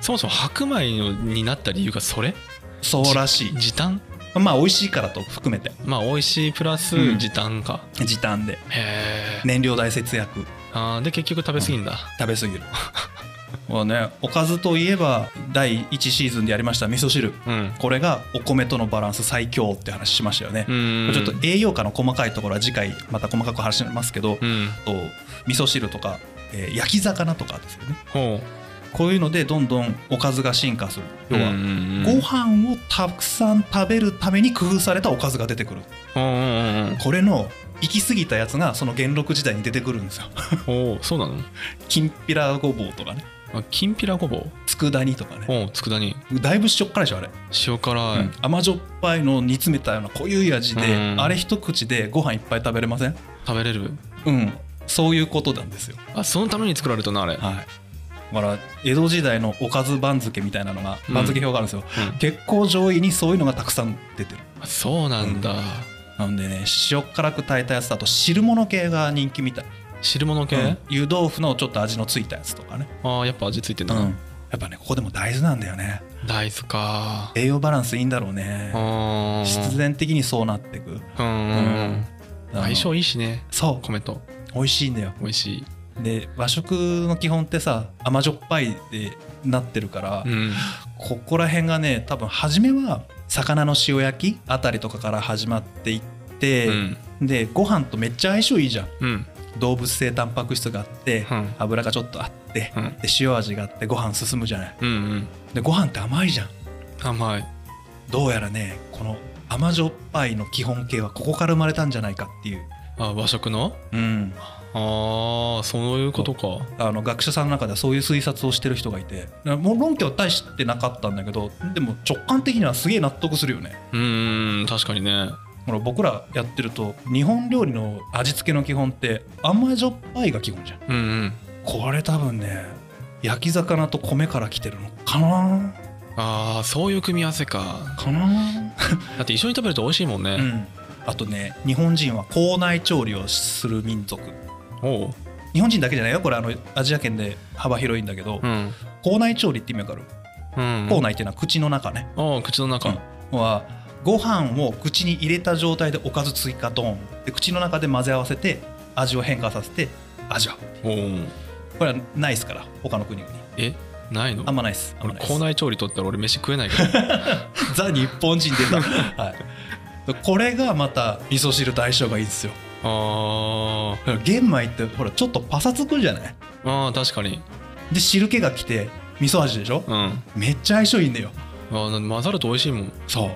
S1: そもそも白米のになった理由がそれ
S2: そうらし
S1: 時短
S2: いまあ美味しいからと含めて
S1: まあ美味しいプラス
S2: うん
S1: 時短か、
S2: 時短で
S1: へえ、
S2: 燃料代節約
S1: あーで結局食べ過ぎんだ、
S2: 食べ過ぎ るもうねおかずといえば第1シーズンでやりました味噌汁
S1: うん
S2: これがお米とのバランス最強って話しましたよね、
S1: うん
S2: ちょっと栄養価の細かいところは次回また細かく話しますけど、
S1: うん
S2: あと味噌汁とか、えー焼き魚とかですよね
S1: ほ
S2: こういうのでどんどんおかずが進化する
S1: う
S2: 要は、
S1: うんうん
S2: ご飯をたくさん食べるために工夫されたおかずが出てくる
S1: うん
S2: これの行き過ぎたやつがその元禄時代に出てくるんですよ
S1: うんうんうんおーそうなの
S2: きんぴらごぼうとかね
S1: あきんぴらごぼう
S2: 佃煮とかね
S1: おう佃煮
S2: だいぶしょっからでしょあれ、
S1: 塩辛い、
S2: うん甘じょっぱいの煮詰めたような濃ゆい味で
S1: うん
S2: あれ一口でご飯いっぱい食べれません
S1: 食べれる
S2: うんそういうことなんですよ
S1: あそのために作られたなあれ、
S2: はいだから江戸時代のおかず番付みたいなのが
S1: うん
S2: 番付表があるんですよ、
S1: うん
S2: 結構上位にそういうのがたくさん出てる
S1: あそうなんだ、
S2: なんでね塩辛く炊いたやつだと汁物系が人気みたい、
S1: 汁物系、
S2: うん湯豆腐のちょっと味のついたやつとかね、
S1: あーやっぱ味ついてんだ
S2: う
S1: な、
S2: んやっぱねここでも大豆なんだよね
S1: 大豆か
S2: 栄養バランスいいんだろうね
S1: あー
S2: 必然的にそうなってく
S1: うんうんうん
S2: あの
S1: 相性いいしね
S2: そう
S1: 米と
S2: 美味しいんだよ
S1: 美味しい
S2: で和食の基本ってさ甘じょっぱいでなってるから、
S1: うん
S2: ここら辺がね多分初めは魚の塩焼きあたりとかから始まっていって
S1: う、ん
S2: でご飯とめっちゃ相性いいじゃん
S1: うん
S2: 動物性タンパク質があって、
S1: うん
S2: 油がちょっとあって、
S1: うん
S2: で塩味があってご飯進むじゃない
S1: うんうん
S2: でご飯って甘いじゃん
S1: 甘い
S2: どうやらねこの甘じょっぱいの基本形はここから生まれたんじゃないかっていう、
S1: あ和食の
S2: うん、
S1: ああそういうことか
S2: あの学者さんの中ではそういう推察をしてる人がいてもう論拠は大してなかったんだけどでも直感的にはすげえ納得するよね
S1: うーん確かにね
S2: ほら僕らやってると日本料理の味付けの基本って甘じょっぱいが基本じゃん
S1: うんうん
S2: これ多分ね焼き魚と米から来てるのかな
S1: ああそういう組み合わせか
S2: かな
S1: だって一緒に食べると美味しいもん
S2: う
S1: ね、
S2: ん、あとね日本人は校内調理をする民族
S1: おう
S2: 日本人だけじゃないよこれあのアジア圏で幅広いんだけど、
S1: うん
S2: 校内調理って意味わかる、
S1: うん
S2: 校内っていうのは口の中ね、
S1: ああ口の中、
S2: はご飯を口に入れた状態でおかず追加ドーンで口の中で混ぜ合わせて味を変化させて味わう
S1: おう
S2: これはないですから他の国々
S1: えないの
S2: あんまないですあん
S1: 俺
S2: まないっす
S1: 校内調理とったら俺飯食えないから
S2: ザ日本人出た、 はい、これがまた味噌汁と相性がいいんですよ
S1: あー
S2: だから玄米ってほらちょっとパサつくじゃない
S1: あー確かに
S2: で汁気がきて味噌味でしょ
S1: うんあ
S2: めっちゃ相性いいんだよ
S1: ーな混ざると美味しいもん
S2: そう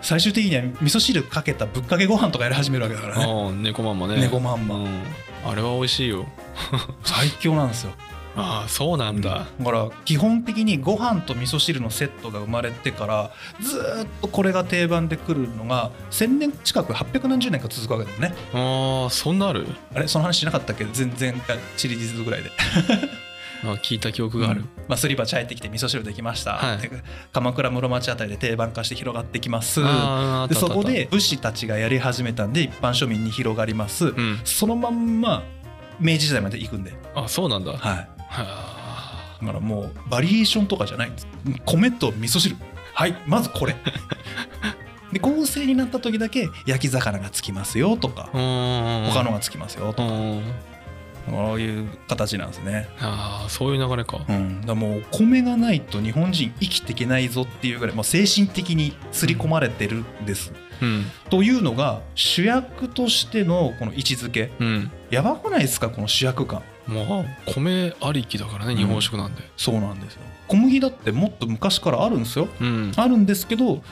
S2: 最終的には味噌汁かけたぶっかけご飯とかやり始めるわけだからね
S1: ああ猫まんまね
S2: 猫まんま
S1: うんあれは美味しいよ
S2: 最強なんですよ
S1: ああそうなんだ、
S2: だから基本的にご飯と味噌汁のセットが生まれてからずーっとこれが定番で来るのが1,000年近く800何十年か続くわけだよね
S1: ああそんなある
S2: あれその話しなかったっけ全然知りずぐらいで
S1: まあ、聞いた記憶がある、
S2: まあ、すり鉢入ってきて味噌汁できました、
S1: はい
S2: で鎌倉室町あたりで定番化して広がってきます
S1: あーあった
S2: で
S1: あったあ
S2: そ
S1: った
S2: こで武士たちがやり始めたんで一般庶民に広がります、
S1: うん
S2: そのまんま明治時代まで行くんで、
S1: あそうなんだは
S2: はい、
S1: あ
S2: だからもうバリエーションとかじゃないんです米と味噌汁はいまずこ れで合成になった時だけ焼き魚がつきますよとか
S1: うーん
S2: 他のがつきますよ
S1: う
S2: とか
S1: ーん
S2: こういう形なんですね、
S1: あーそういう流れか
S2: うん、だからもうお米がないと日本人生きていけないぞっていうぐらいもう精神的に刷り込まれてるんです、
S1: うん
S2: というのが主役としてのこの位置づけ
S1: うん
S2: やばくないですかこの主役感
S1: まあ米ありきだからね日本食なんで
S2: そうなんですよ小麦だってもっと昔からあるんですよ
S1: うん
S2: あるんですけど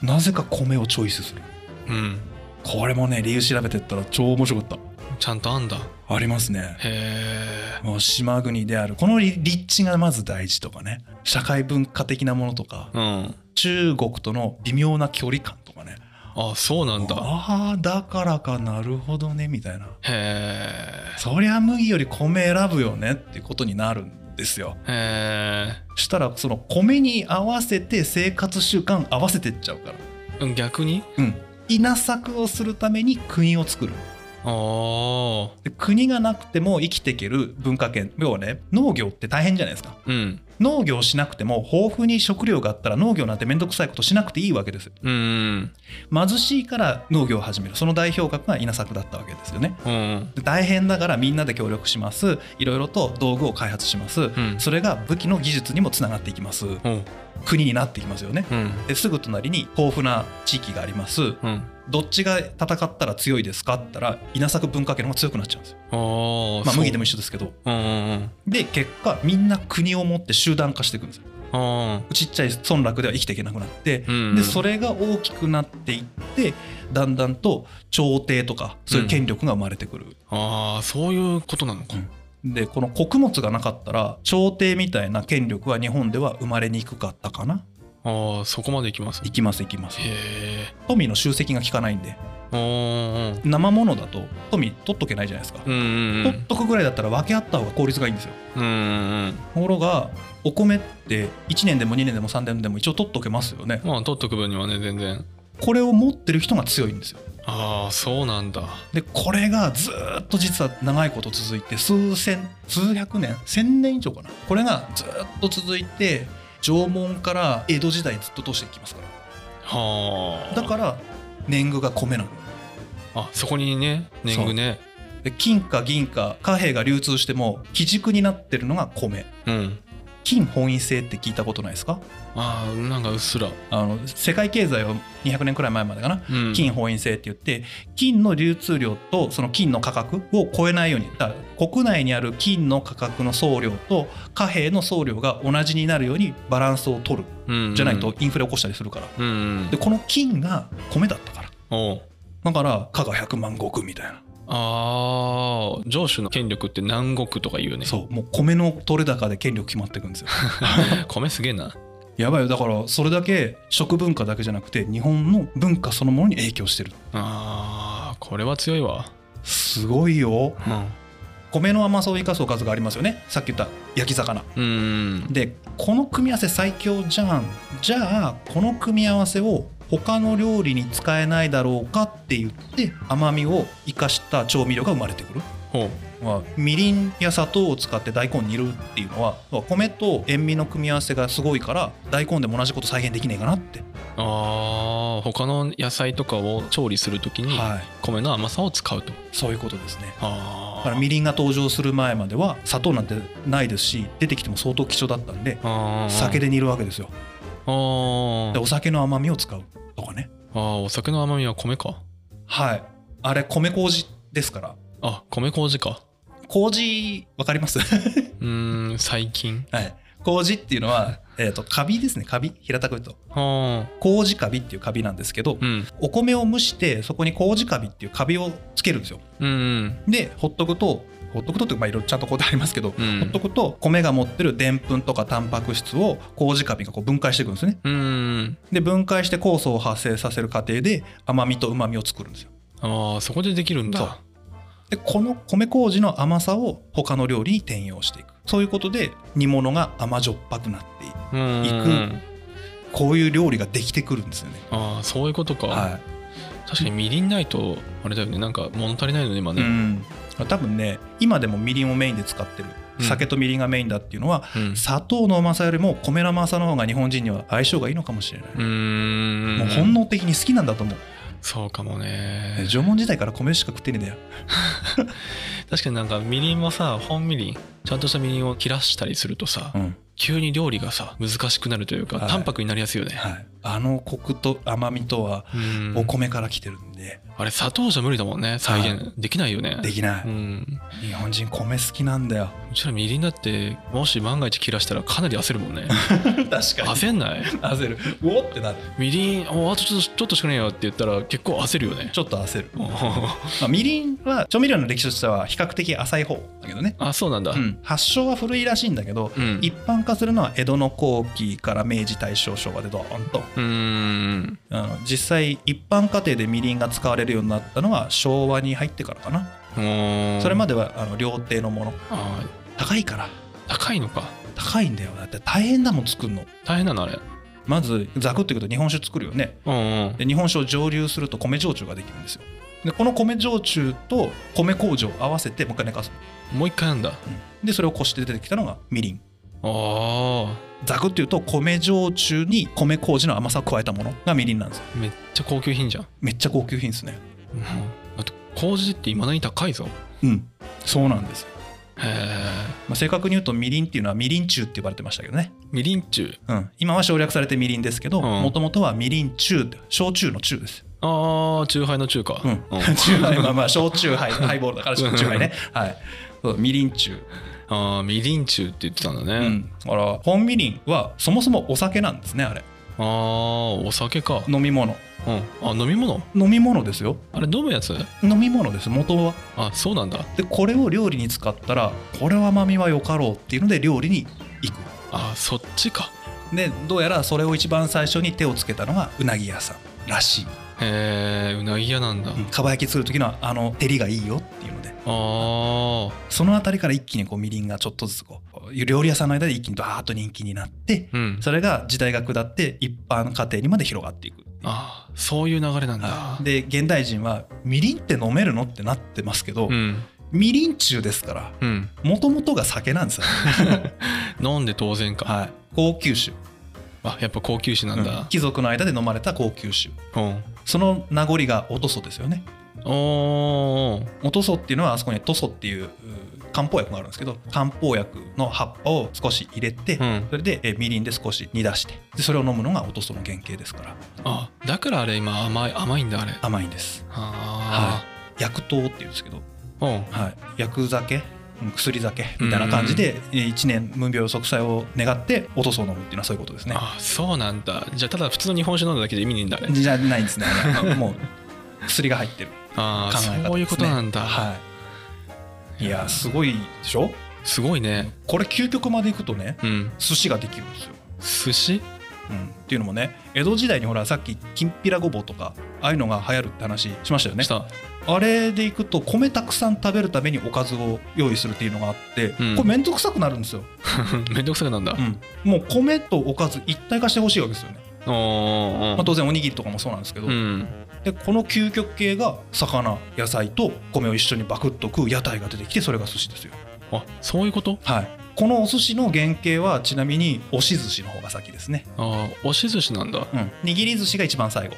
S2: なぜか米をチョイスする
S1: うん
S2: これもね理由調べてったら超面白かっ
S1: ちゃんとあんだへ
S2: たありますね
S1: え
S2: もう島国であるこの立立地がまず大事とかね社会文化的なものとか
S1: うん
S2: 中国との微妙な距離感とかね
S1: あそうなんだ
S2: ああだからかなるほどねみたいな
S1: へ
S2: そりゃ麦より米選ぶよねってことになるんですよ
S1: えへ
S2: したらその米に合わせて生活習慣合わせてっちゃうから
S1: え逆に
S2: うん稲作をするために国を作る
S1: ああ
S2: で国がなくても生きていける文化圏要はね農業って大変じゃないですか
S1: うん
S2: 農業しなくても豊富に食料があったら農業なんて面倒くさいことしなくていいわけですよ
S1: うん
S2: 貧しいから農業を始めるその代表格が稲作だったわけですよね
S1: うん
S2: で大変だからみんなで協力しますいろいろと道具を開発します、
S1: ん
S2: それが武器の技術にもつながっていきます
S1: うん
S2: 国になっていきますよね
S1: うん
S2: ですぐ隣に豊富な地域があります
S1: うん
S2: どっちが戦ったら強いですかって言ったら稲作文化圏の方が強くなっちゃうんですよ、
S1: ああ
S2: まあ、麦で
S1: も
S2: も一緒ですけど
S1: うんうんうん
S2: で結果みんな国を持って集団化していくんですよ
S1: あ
S2: ちっちゃい村落では生きていけなくなって、
S1: ーうん
S2: でそれが大きくなっていってだんだんと朝廷とかそういう権力が生まれてくる、
S1: ああそういうことなのか
S2: でこの穀物がなかったら朝廷みたいな権力は日本では生まれにくかったかな
S1: ああそこまでいきます
S2: い
S1: へ
S2: きますいきます
S1: え
S2: 富の集積が効かないんで
S1: うん
S2: 生ものだと富取っとけないじゃないですか、
S1: うんうん
S2: 取っとくぐらいだったら分け合った方が効率がいいんですよ
S1: うんうん
S2: ところがお米って1年でも2年でも3年でも一応取っとけますよね
S1: まあ取っとく分にはね全然
S2: これを持ってる人が強いんですよ
S1: ああそうなんだ
S2: でこれがずーっと実は長いこと続いて数千数百年千年以上かなこれがずーっと続いて縄文から江戸時代ずっと通していきますから
S1: はあ
S2: だから年貢が米なの
S1: あそこにね年貢ね
S2: で金貨銀貨貨幣が流通しても基軸になってるのが米
S1: うん
S2: 金本位制って聞いたことないですか
S1: ああなんかうっすら、
S2: あの世界経済は200年くらい前までかな
S1: うん、
S2: 金本位制って言って金の流通量とその金の価格を超えないようにだから国内にある金の価格の総量と貨幣の総量が同じになるようにバランスを取るじゃないとインフレ起こしたりするから
S1: うんうん
S2: でこの金が米だったから
S1: おう
S2: だから加賀百万石みたいな
S1: ああ上主の権力って南国とか言うね
S2: そうもう米の取れ高で権力決まっていくんですよ
S1: 米すげえな
S2: やばいよだからそれだけ食文化だけじゃなくて日本の文化そのものに影響してる
S1: あーこれは強いわ
S2: すごいよ
S1: うん
S2: 米の甘さを生かすおかずがありますよねさっき言った焼き魚
S1: うん
S2: でこの組み合わせ最強じゃんじゃあこの組み合わせを他の料理に使えないだろうかって言って甘みを生かした調味料が生まれてくる、
S1: ほ
S2: まあ、みりんや砂糖を使って大根煮るっていうのはまあ米と塩味の組み合わせがすごいから大根でも同じこと再現できねえかなって、
S1: うあー他の野菜とかを調理するときに
S2: はい
S1: 米の甘さを使うと
S2: そういうことですねだ
S1: あ
S2: から
S1: ー
S2: みりんが登場する前までは砂糖なんてないですし出てきても相当貴重だったんで
S1: あー
S2: 酒で煮るわけですよ
S1: あー
S2: でお酒の甘みを使うとかね
S1: あーお酒の甘みは米か
S2: はいあれ米麹ですから
S1: あ米麹か
S2: 麹わかります
S1: うーん最近
S2: はい麹っていうのは、えー、とカビですねカビ平たく言うと
S1: あ
S2: 麹カビっていうカビなんですけど、
S1: ーうん
S2: お米を蒸してそこに麹カビっていうカビをつけるんですよ
S1: うんうん
S2: でほっとくとほっとくとっていうかまあいろいろちゃんとこうありますけど、
S1: うん
S2: ほっとくと米が持ってるでんぷんとかタンパク質を麹カビがこう分解していくんですね
S1: うんうん
S2: で分解して酵素を発生させる過程で甘みとうまみを作るんですよ
S1: あーそこでできるん
S2: そ
S1: だ
S2: うでこの米麹の甘さを他の料理に転用していくそういうことで煮物が甘じょっぱくなっていく
S1: うん
S2: 行くこういう料理ができてくるんですよね、
S1: ああそういうことか、
S2: は
S1: 確かにみりんないとあれだよねなんか物足りないのね今
S2: い、う
S1: ね、
S2: ん多分ね今でもみりんをメインで使ってる
S1: うん
S2: 酒とみりんがメインだっていうのは、
S1: うん
S2: 砂糖の甘さよりも米の甘さの方が日本人には相性がいいのかもしれない、
S1: うーん
S2: もう本能的に好きなんだと思う、
S1: そうかもね
S2: 縄文時代から米しか食ってねえんだよ
S1: 確かになんかみりんもさ本みりんちゃんとしたみりんを切らしたりするとさ、
S2: うん
S1: 急に料理がさ難しくなるというか、
S2: はい
S1: 淡白になりやすいよね、
S2: はい、あのコクと甘みとは
S1: うん
S2: お米から来てるんで
S1: あれ砂糖じゃ無理だもんね再現できないよね
S2: できな
S1: う
S2: い、
S1: ん、
S2: 日本人米好きなん だよ
S1: うちらみりんだってもし万が一切らしたらかなり焦るもん ね
S2: 確かに
S1: 焦んない
S2: 焦るうおってなる
S1: みりんおあとちょっとちょっとしかねえよって言ったら結構焦るよね
S2: ちょっと焦る、
S1: お
S2: ま
S1: ー
S2: あ、みりんは調味料の歴史としては比較的浅い方だけどね、
S1: あそうなんだ
S2: うん発祥は古いらしいんだけど、
S1: うん
S2: 一般化するのは江戸の後期から明治大正昭和でドーンと
S1: うーん
S2: あの実際一般家庭でみりんが使われるようになったのは昭和に入ってからかな、それま
S1: で
S2: ではあの料亭のもの
S1: あー
S2: 高いから
S1: 高いのか
S2: 高いんだよだって大変だもん作るの
S1: 大変なのあれ
S2: まずざくって言うと日本酒作るよね
S1: うんうん
S2: で日本酒を蒸留すると米焼酎ができるんですよでこの米焼酎と米麹を合わせてもう一回寝かす、
S1: もう一回なんだ
S2: うんでそれをこして出てきたのがみりん
S1: あー
S2: ざくって言うと米焼酎に米麹の甘さを加えたものがみりんなんですよ
S1: めっちゃ高級品じゃん、
S2: めっちゃ高級品ですね
S1: うん、だって麹っていまだに高いぞ
S2: うんそうなんですよ、
S1: へえ
S2: まあ、正確に言うとみりんっていうのはみりん中って呼ばれてましたけどね、
S1: みりんちゅう
S2: うん、今は省略されてみりんですけど
S1: うん
S2: もともとはみりん中って焼酎の中です
S1: ああ、チューハイの中華。
S2: うん、 チューハイまあまあ焼酎ハイハイボールだから焼酎ハイね、はい、そうみりん中
S1: ああ、みりんちゅうって言ってたんだ
S2: う
S1: ね。
S2: ん、だから本みりんはそもそもお酒なんですねあれ
S1: ああ、お酒か。
S2: 飲み物
S1: うん。あ、飲み物
S2: 飲み物ですよ
S1: あれ飲むやつ
S2: 飲み物です元は
S1: あ、そうなんだ。
S2: でこれを料理に使ったらこれは甘みはよかろうっていうので料理に行
S1: あーそっちか。
S2: くでどうやらそれを一番最初に手をつけたのがうなぎ屋さんらしい、
S1: へえ、うなぎ屋なんだ。
S2: うん、かば焼き作る時のあの照りがいいよっていうので
S1: あ
S2: その辺りから一気にこうみりんがちょっとずつこう料理屋さんの間で一気にバーッと人気になって
S1: あ、うん。
S2: それが時代が下って一般家庭にまで広がっていく
S1: ああ、そういう流れなんだ。
S2: で現代人はみりんって飲めるのってなってますけど、
S1: うん。
S2: みりん中ですから
S1: うん。
S2: もともとが酒な んですよ、
S1: 飲んで当然か。
S2: はい、高級酒
S1: あ、やっぱ高級酒なん
S2: うん
S1: だ。
S2: 貴族の間で飲まれた高級酒
S1: うん。
S2: その名残がおとそですよね
S1: おー
S2: おとそっていうのはあそこにとそっていうう漢方薬があるんですけど漢方薬の葉っぱを少し入れて、
S1: うん。
S2: それでえみりんで少し煮出してでそれを飲むのがおとその原型ですから
S1: あ、だからあれ今甘い、甘いんだあれ。
S2: 甘いんです
S1: あ
S2: 薬湯っていうんですけど
S1: あ。うん。
S2: はい、薬酒うん薬酒みたいな感じでえー一年無病息災を願っておとそを飲むっていうのはそういうことですね
S1: ああ、そうなんだ。じゃあただ普通の日本酒飲んだだけで意味ないんだあれ。
S2: じゃない んですねあれはもう薬が入ってる
S1: あ
S2: 考
S1: あ
S2: え方です、ね、
S1: そういうことなんだ、
S2: はいいやすごいでしょ
S1: すごいね
S2: これ究極までいくとね
S1: うん
S2: 寿司ができるんですよ、
S1: 寿司
S2: うん、っていうのもね江戸時代にほらさっききんぴらごぼうとかああいうのが流行るって話しましたよね
S1: した
S2: あれでいくと米たくさん食べるためにおかずを用意するっていうのがあって、
S1: うん
S2: これ面倒くさくなるんですよ
S1: めんどくさくなんだ、
S2: うん、もう米とおかず一体化してほしいわけですよね、
S1: おーおー
S2: まあ、当然おにぎりとかもそうなんですけど、
S1: うん
S2: でこの究極系が魚野菜と米を一緒にバクッと食う屋台が出てきてそれが寿司ですよ
S1: あそういうこと
S2: はいこのお寿司の原型はちなみに押し寿司の方が先ですね、
S1: あー押し寿司なんだ
S2: うん、握り寿司が一番最後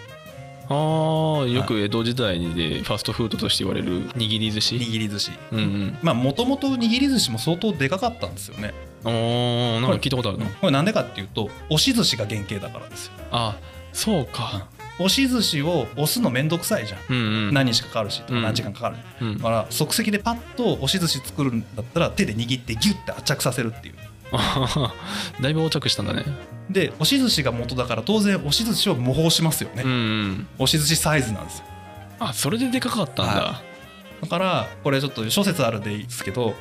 S1: あーよく江戸時代にでファストフードとして言われる握り寿司
S2: 握り寿司
S1: うんうん
S2: まあもともと握り寿司も相当でかかったんですよね、
S1: おーなんか聞いたことある
S2: うん
S1: な、
S2: これなんでかっていうと押し寿司が原型だからですよ
S1: あそうか
S2: 押し寿司を押すのめんどくさいじゃん、
S1: うんうん
S2: 何日かかるしと
S1: う
S2: か
S1: ん
S2: 何時間かかる、
S1: うん
S2: だから即席でパッと押し寿司作るんだったら手で握ってギュッて圧着させるっていう
S1: あはは だいぶ横着したんだね
S2: で押し寿司が元だから当然押し寿司を模倣しますよね、
S1: うんうん
S2: 押し寿司サイズなんですよ
S1: あそれででかかったんだ、
S2: はだからこれちょっと諸説あるでいいですけど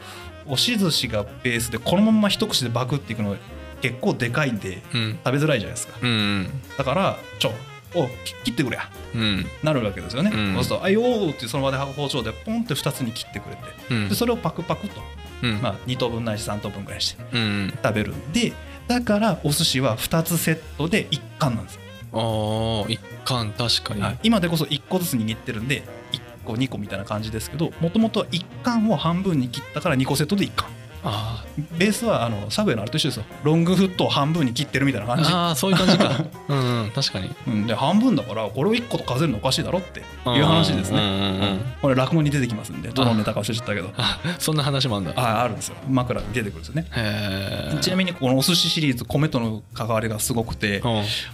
S2: 押し寿司がベースでこのまま一口でバクっていくの結構でかいんで
S1: うん
S2: 食べづらいじゃないですか
S1: うんうん
S2: だからちょをき切ってくれや
S1: うん
S2: なるわけですよね、
S1: うん
S2: そうすると「あよー」ってその場で包丁でポンって2つに切ってくれて
S1: うん
S2: でそれをパクパクと、
S1: うん
S2: まあ、2等分ないし3等分ぐらいして
S1: うん
S2: 食べるんでだからお寿司は2つセットで1貫なんですよ、
S1: ああ一貫確かに、
S2: はい今でこそ1個ずつ握ってるんで1個2個みたいな感じですけどもともとは1貫を半分に切ったから2個セットで1貫
S1: あ
S2: ベースはあのサブウェイのあれと一緒ですよロングフットを半分に切ってるみたいな
S1: ー
S2: 感じ、
S1: あーそういう感じ かうん、うん、確かに
S2: うん、で半分だからこれを1個と数えるのおかしいだろっていう話ですね、
S1: うんうんうんうん
S2: これ落語に出てきますんでどのネタか忘れちゃったけど
S1: あ そんな話もあんだ
S2: ああるんですよ枕に出てくるんですよね
S1: へえ
S2: ちなみにこのお寿司シリーズ米との関わりがすごくて
S1: うん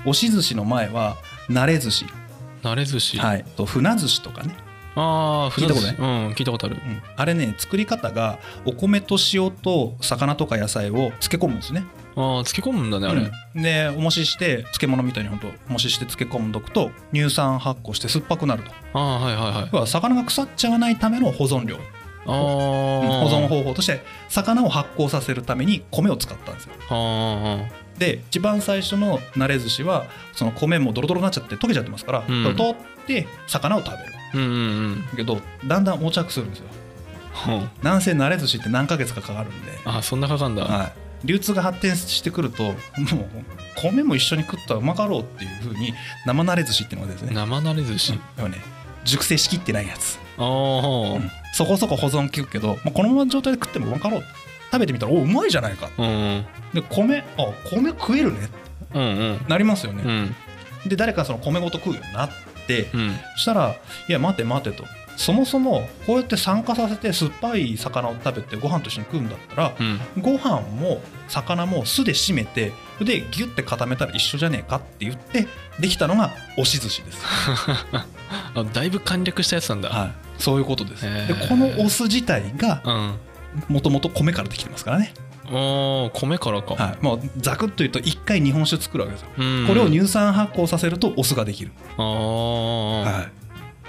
S2: 押し寿司の前は慣れ寿司、
S1: 慣れ寿司、
S2: はい、と船寿司とかね、
S1: ああ
S2: 聞いたことない
S1: うん聞いたことある
S2: うんあれね作り方がお米と塩と魚とか野菜を漬け込むんですね
S1: ああ漬け込むんだねあれ、
S2: うんでおもしして漬物みたいにほんとおもしして漬け込んどくと乳酸発酵して酸っぱくなると
S1: ああはいはいはい
S2: 要は魚が腐っちゃわないための保存量
S1: ああ
S2: うん保存方法として魚を発酵させるために米を使ったんですよ
S1: あ
S2: で一番最初の慣れ寿司はその米もドロドロになっちゃって溶けちゃってますから、
S1: うん
S2: 取って魚を食べる
S1: あうんうん
S2: けどだんだん横着するんですよ
S1: うんうん
S2: なんせ慣れ寿司って何ヶ月かかかるんで、
S1: あそんなかかんだ、
S2: はい、流通が発展してくるともう米も一緒に食ったらうまかろうっていうふうに生慣れ寿司っていうのがですね
S1: 生慣れ寿司、
S2: 要はね熟成しきってないやつ、
S1: ああ
S2: うんそこそこ保存効くけど、まあ、このままの状態で食ってもうまかろう食べてみたらおうまいじゃないか
S1: うんうん
S2: で米あ米食えるね
S1: うんうん
S2: なりますよね、
S1: うん
S2: で誰かその米ごと食うようになって
S1: うん
S2: そしたら「いや待て待て」と。そもそもこうやって酸化させて酸っぱい魚を食べてご飯と一緒に食うんだったら
S1: うん
S2: ご飯も魚も酢で締めてでギュッて固めたら一緒じゃねえかって言ってできたのが押し寿司 です、
S1: あだいぶ簡略したやつなんだ、
S2: はい、そういうことです
S1: へ
S2: で
S1: ー
S2: このお酢自体が
S1: うん
S2: もともと米からできてますからね、
S1: おー米からか、
S2: はい、もうざくっと言うと1回日本酒作るわけですよ
S1: うん
S2: これを乳酸発酵させるとお酢ができる、
S1: あー、
S2: はい、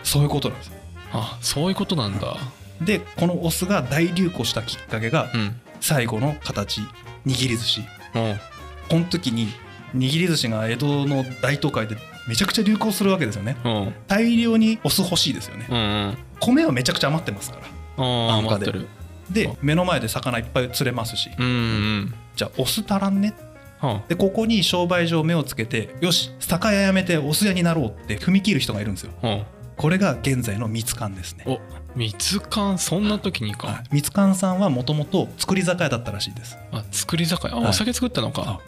S2: そういうことなんです
S1: あそういうことなんだ
S2: でこのお酢が大流行したきっかけが
S1: うん
S2: 最後の形握り寿司
S1: おう
S2: この時に握り寿司が江戸の大都会でめちゃくちゃ流行するわけですよね
S1: おう
S2: 大量にお酢欲しいですよね
S1: うんうん
S2: 米はめちゃくちゃ余ってますから
S1: ああ
S2: 安価
S1: 待っ
S2: で
S1: てる
S2: で目の前で魚いっぱい釣れますし
S1: うんうん
S2: じゃあお酢足らんね
S1: は
S2: でここに商売上目をつけてよし酒屋やめてお酢屋になろうって踏み切る人がいるんですよ
S1: あ、うん
S2: これが現在のミツカンですね
S1: お蜜缶そんな時にか、
S2: はいミツカンさんはもともと造り酒屋だったらしいです
S1: あ作り酒屋あ、
S2: はい
S1: お酒作ったのか
S2: あ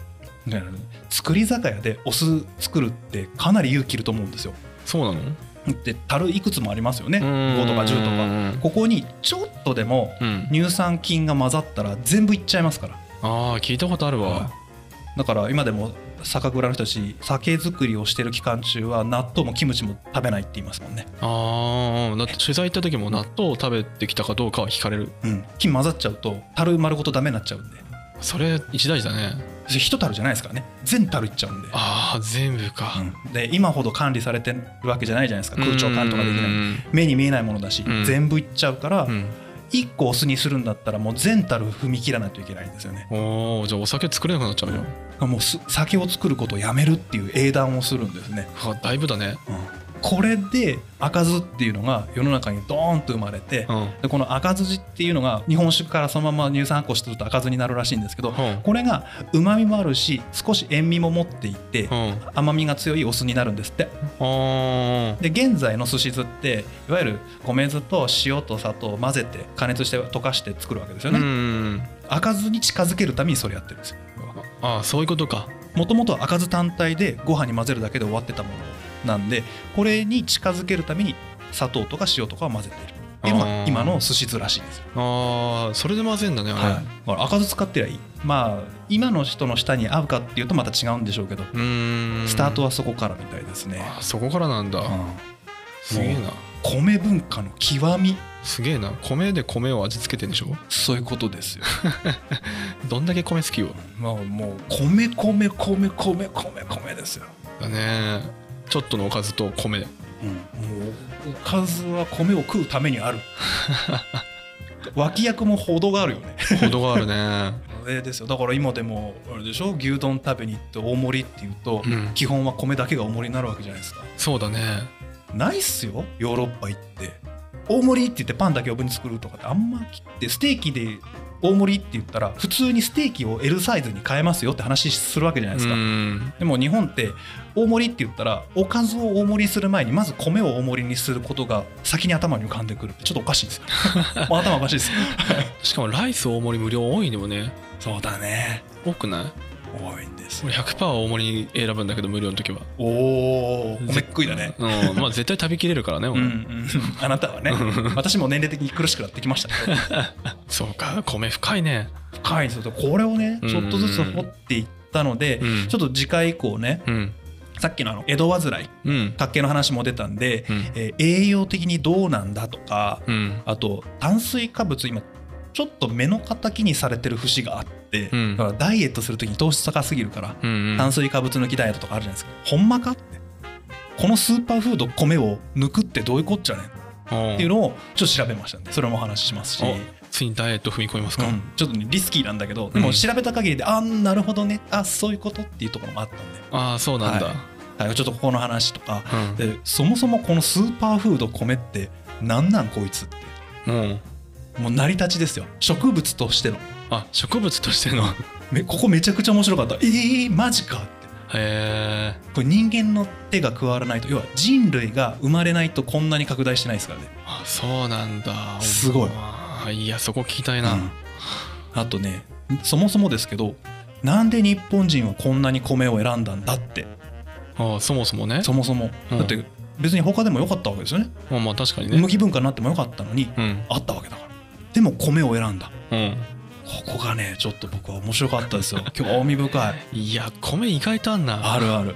S2: だからね作り酒屋でお酢作るってかなり勇気いると思うんですよ
S1: そうなの
S2: で樽いくつもありますよね
S1: うん
S2: 5とか10とかここにちょっとでも
S1: うん
S2: 乳酸菌が混ざったら全部いっちゃいますから
S1: ああ聞いたことあるわ
S2: だから今でも酒蔵の人たち酒造りをしてる期間中は納豆もキムチも食べないって言いますもんね、
S1: ああだって取材行った時も納豆を食べてきたかどうかは聞かれる
S2: うん、菌混ざっちゃうと樽丸ごとダメになっちゃうんで
S1: それ一大事だね
S2: それ一樽じゃないですからね全樽いっちゃうんで,、
S1: ああ全部か
S2: うん、で今ほど管理されてるわけじゃないじゃないですか空調管理とかでき
S1: う
S2: ない
S1: ん
S2: 目に見えないものだし、
S1: うん
S2: 全部いっちゃうから
S1: うん
S2: 1個お酢にするんだったらもう全樽踏み切らないといけないんですよね
S1: おーじゃあお酒作れなくなっちゃうよ
S2: もうす酒を作ることをやめるっていう英断をするんですね
S1: あだいぶだね
S2: これで赤酢っていうのが世の中にドーンと生まれて、
S1: うん
S2: でこの赤酢汁っていうのが日本酒からそのまま乳酸発酵してると赤酢になるらしいんですけど、
S1: うん
S2: これがうまみもあるし少し塩味も持っていて、
S1: うん
S2: 甘みが強いお酢になるんですって
S1: あー
S2: で現在の寿司酢っていわゆる米酢と塩と砂糖を混ぜて加熱して溶かして作るわけですよ
S1: う
S2: ね、
S1: ん
S2: 赤酢に近づけるためにそれやってるんですよ
S1: ああそういうことか
S2: もともと赤酢単体でご飯に混ぜるだけで終わってたものなんでこれに近づけるために砂糖とか塩とかを混ぜているっていうのが
S1: あー
S2: 今の寿司酢らしいんですよ、
S1: ああそれで混ぜんだねあれ、
S2: はい、だから赤酢使ってりゃいいまあ今の人の舌に合うかっていうとまた違うんでしょうけど
S1: うーん
S2: スタートはそこからみたいですね、
S1: あそこからなんだ、
S2: うん
S1: すげえな
S2: 米文化の極み
S1: すげえな米で米を味付けてんでしょ
S2: そういうことですよ
S1: どんだけ米好きよ
S2: まあもう米米米米米米ですよ、
S1: だねちょっとのおかずと米
S2: うん、もうおかずは米を食うためにある脇役も程があるよね
S1: ほどがあるね
S2: れですよだから今でもあれでしょ牛丼食べに行って大盛りっていうと、
S1: うん
S2: 基本は米だけが大盛りになるわけじゃないですか
S1: そうだね
S2: ないっすよヨーロッパ行って大盛りって言ってパンだけ余分に作るとかってあんま聞いてステーキで大盛りって言ったら普通にステーキを L サイズに変えますよって話するわけじゃないですか、
S1: うん
S2: でも日本って大盛りって言ったらおかずを大盛りにする前にまず米を大盛りにすることが先に頭に浮かんでくるってちょっとおかしいですよもう頭おかしいですよ
S1: しかもライス大盛り無料多いでもね
S2: そうだね
S1: 多くない
S2: 多いんです
S1: 俺100%大盛り選ぶんだけど無料の時は
S2: おお米っくいだね
S1: うんまあ絶対食べきれるからね
S2: うんう
S1: 俺、
S2: んあなたはね私も年齢的に苦しくなってきましたけど
S1: そうか米深いね
S2: 深いんですよこれをね
S1: うん
S2: ちょっとずつ掘っていったので、
S1: うん
S2: ちょっと次回以降ね
S1: うん
S2: さっきのあの江戸患い
S1: うん
S2: 卓球の話も出たんで、
S1: うん
S2: えー栄養的にどうなんだとか
S1: うん
S2: あと炭水化物今ちょっと目の敵にされてる節があって、
S1: うん
S2: だからダイエットする時に糖質高すぎるから、
S1: うんうん
S2: 炭水化物抜きダイエットとかあるじゃないですかほんまかってこのスーパーフード米を抜くってどういうこっちゃねんっ
S1: おう
S2: ていうのをちょっと調べましたんでそれもお話ししますし。
S1: おついにダイエット踏み込みます
S2: う
S1: か、
S2: ん、ちょっとねリスキーなんだけどでも調べた限りで、あーなるほどねあそういうことっていうところもあったんで、
S1: ああそうなんだ、
S2: ははい、ちょっとここの話とか
S1: うん
S2: でそもそもこのスーパーフード米ってなんなんこいつって
S1: うん
S2: もう成り立ちですよ植物としての
S1: あ植物としてのへ
S2: めここめちゃくちゃ面白かったえー、マジかって
S1: え
S2: これ人間の手が加わらないと要は人類が生まれないとこんなに拡大してないですからね、
S1: あそうなんだ
S2: すごい
S1: あーいやそこ聞きたいな、
S2: うんあとねそもそもですけどなんで日本人はこんなに米を選んだんだって
S1: あーそもそもね
S2: そもそも、
S1: うん
S2: だって別に他でもよかったわけですよね
S1: まあまあ確かにね
S2: 麦文化になってもよかったのに
S1: うん
S2: あったわけだからでも米を選んだ
S1: うん
S2: ここがねちょっと僕は面白かったですよ興味深い
S1: いや米意外とあんな
S2: あるある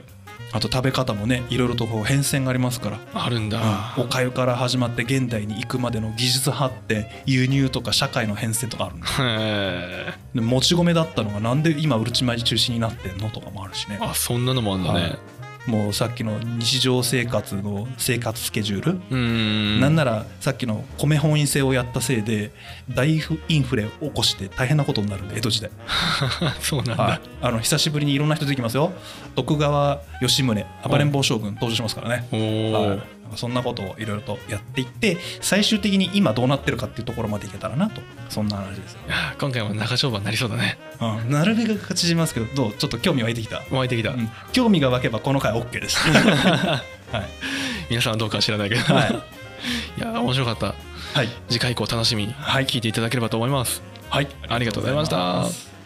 S2: あと食べ方もねいろいろとこう変遷がありますから
S1: あるんだ、
S2: おかゆから始まって現代に行くまでの技術発展輸入とか社会の変遷とか あるんです
S1: へえ
S2: でもち米だったのがなんで今うるち米中心になってんのとかもあるしね
S1: あそんなのもあんだね、
S2: はいもうさっきの日常生活の生活スケジュール
S1: うーん
S2: なんならさっきの米本位制をやったせいで大インフレを起こして大変なことになるんで江戸時代、
S1: そうなんだ、
S2: はい、あの久しぶりにいろんな人出てきますよ徳川吉宗暴れん坊将軍登場しますからね、
S1: おお、
S2: はい、なんかそんなことをいろいろとやっていって最終的に今どうなってるかっていうところまでいけたらなとそんな話です、
S1: あー今回も長丁場になりそうだね
S2: うん、なるべく勝ち縮みますけどどうちょっと興味湧いてきた、
S1: 湧いてきた、
S2: うん興味が湧けばこの回 OK です、はい
S1: 皆さんはどうかは知らないけど、
S2: はい
S1: い、や面白かった
S2: はい
S1: 次回以降楽しみに聞いていただければと思います、
S2: はい、
S1: ありがとうございました
S2: ありがとうございます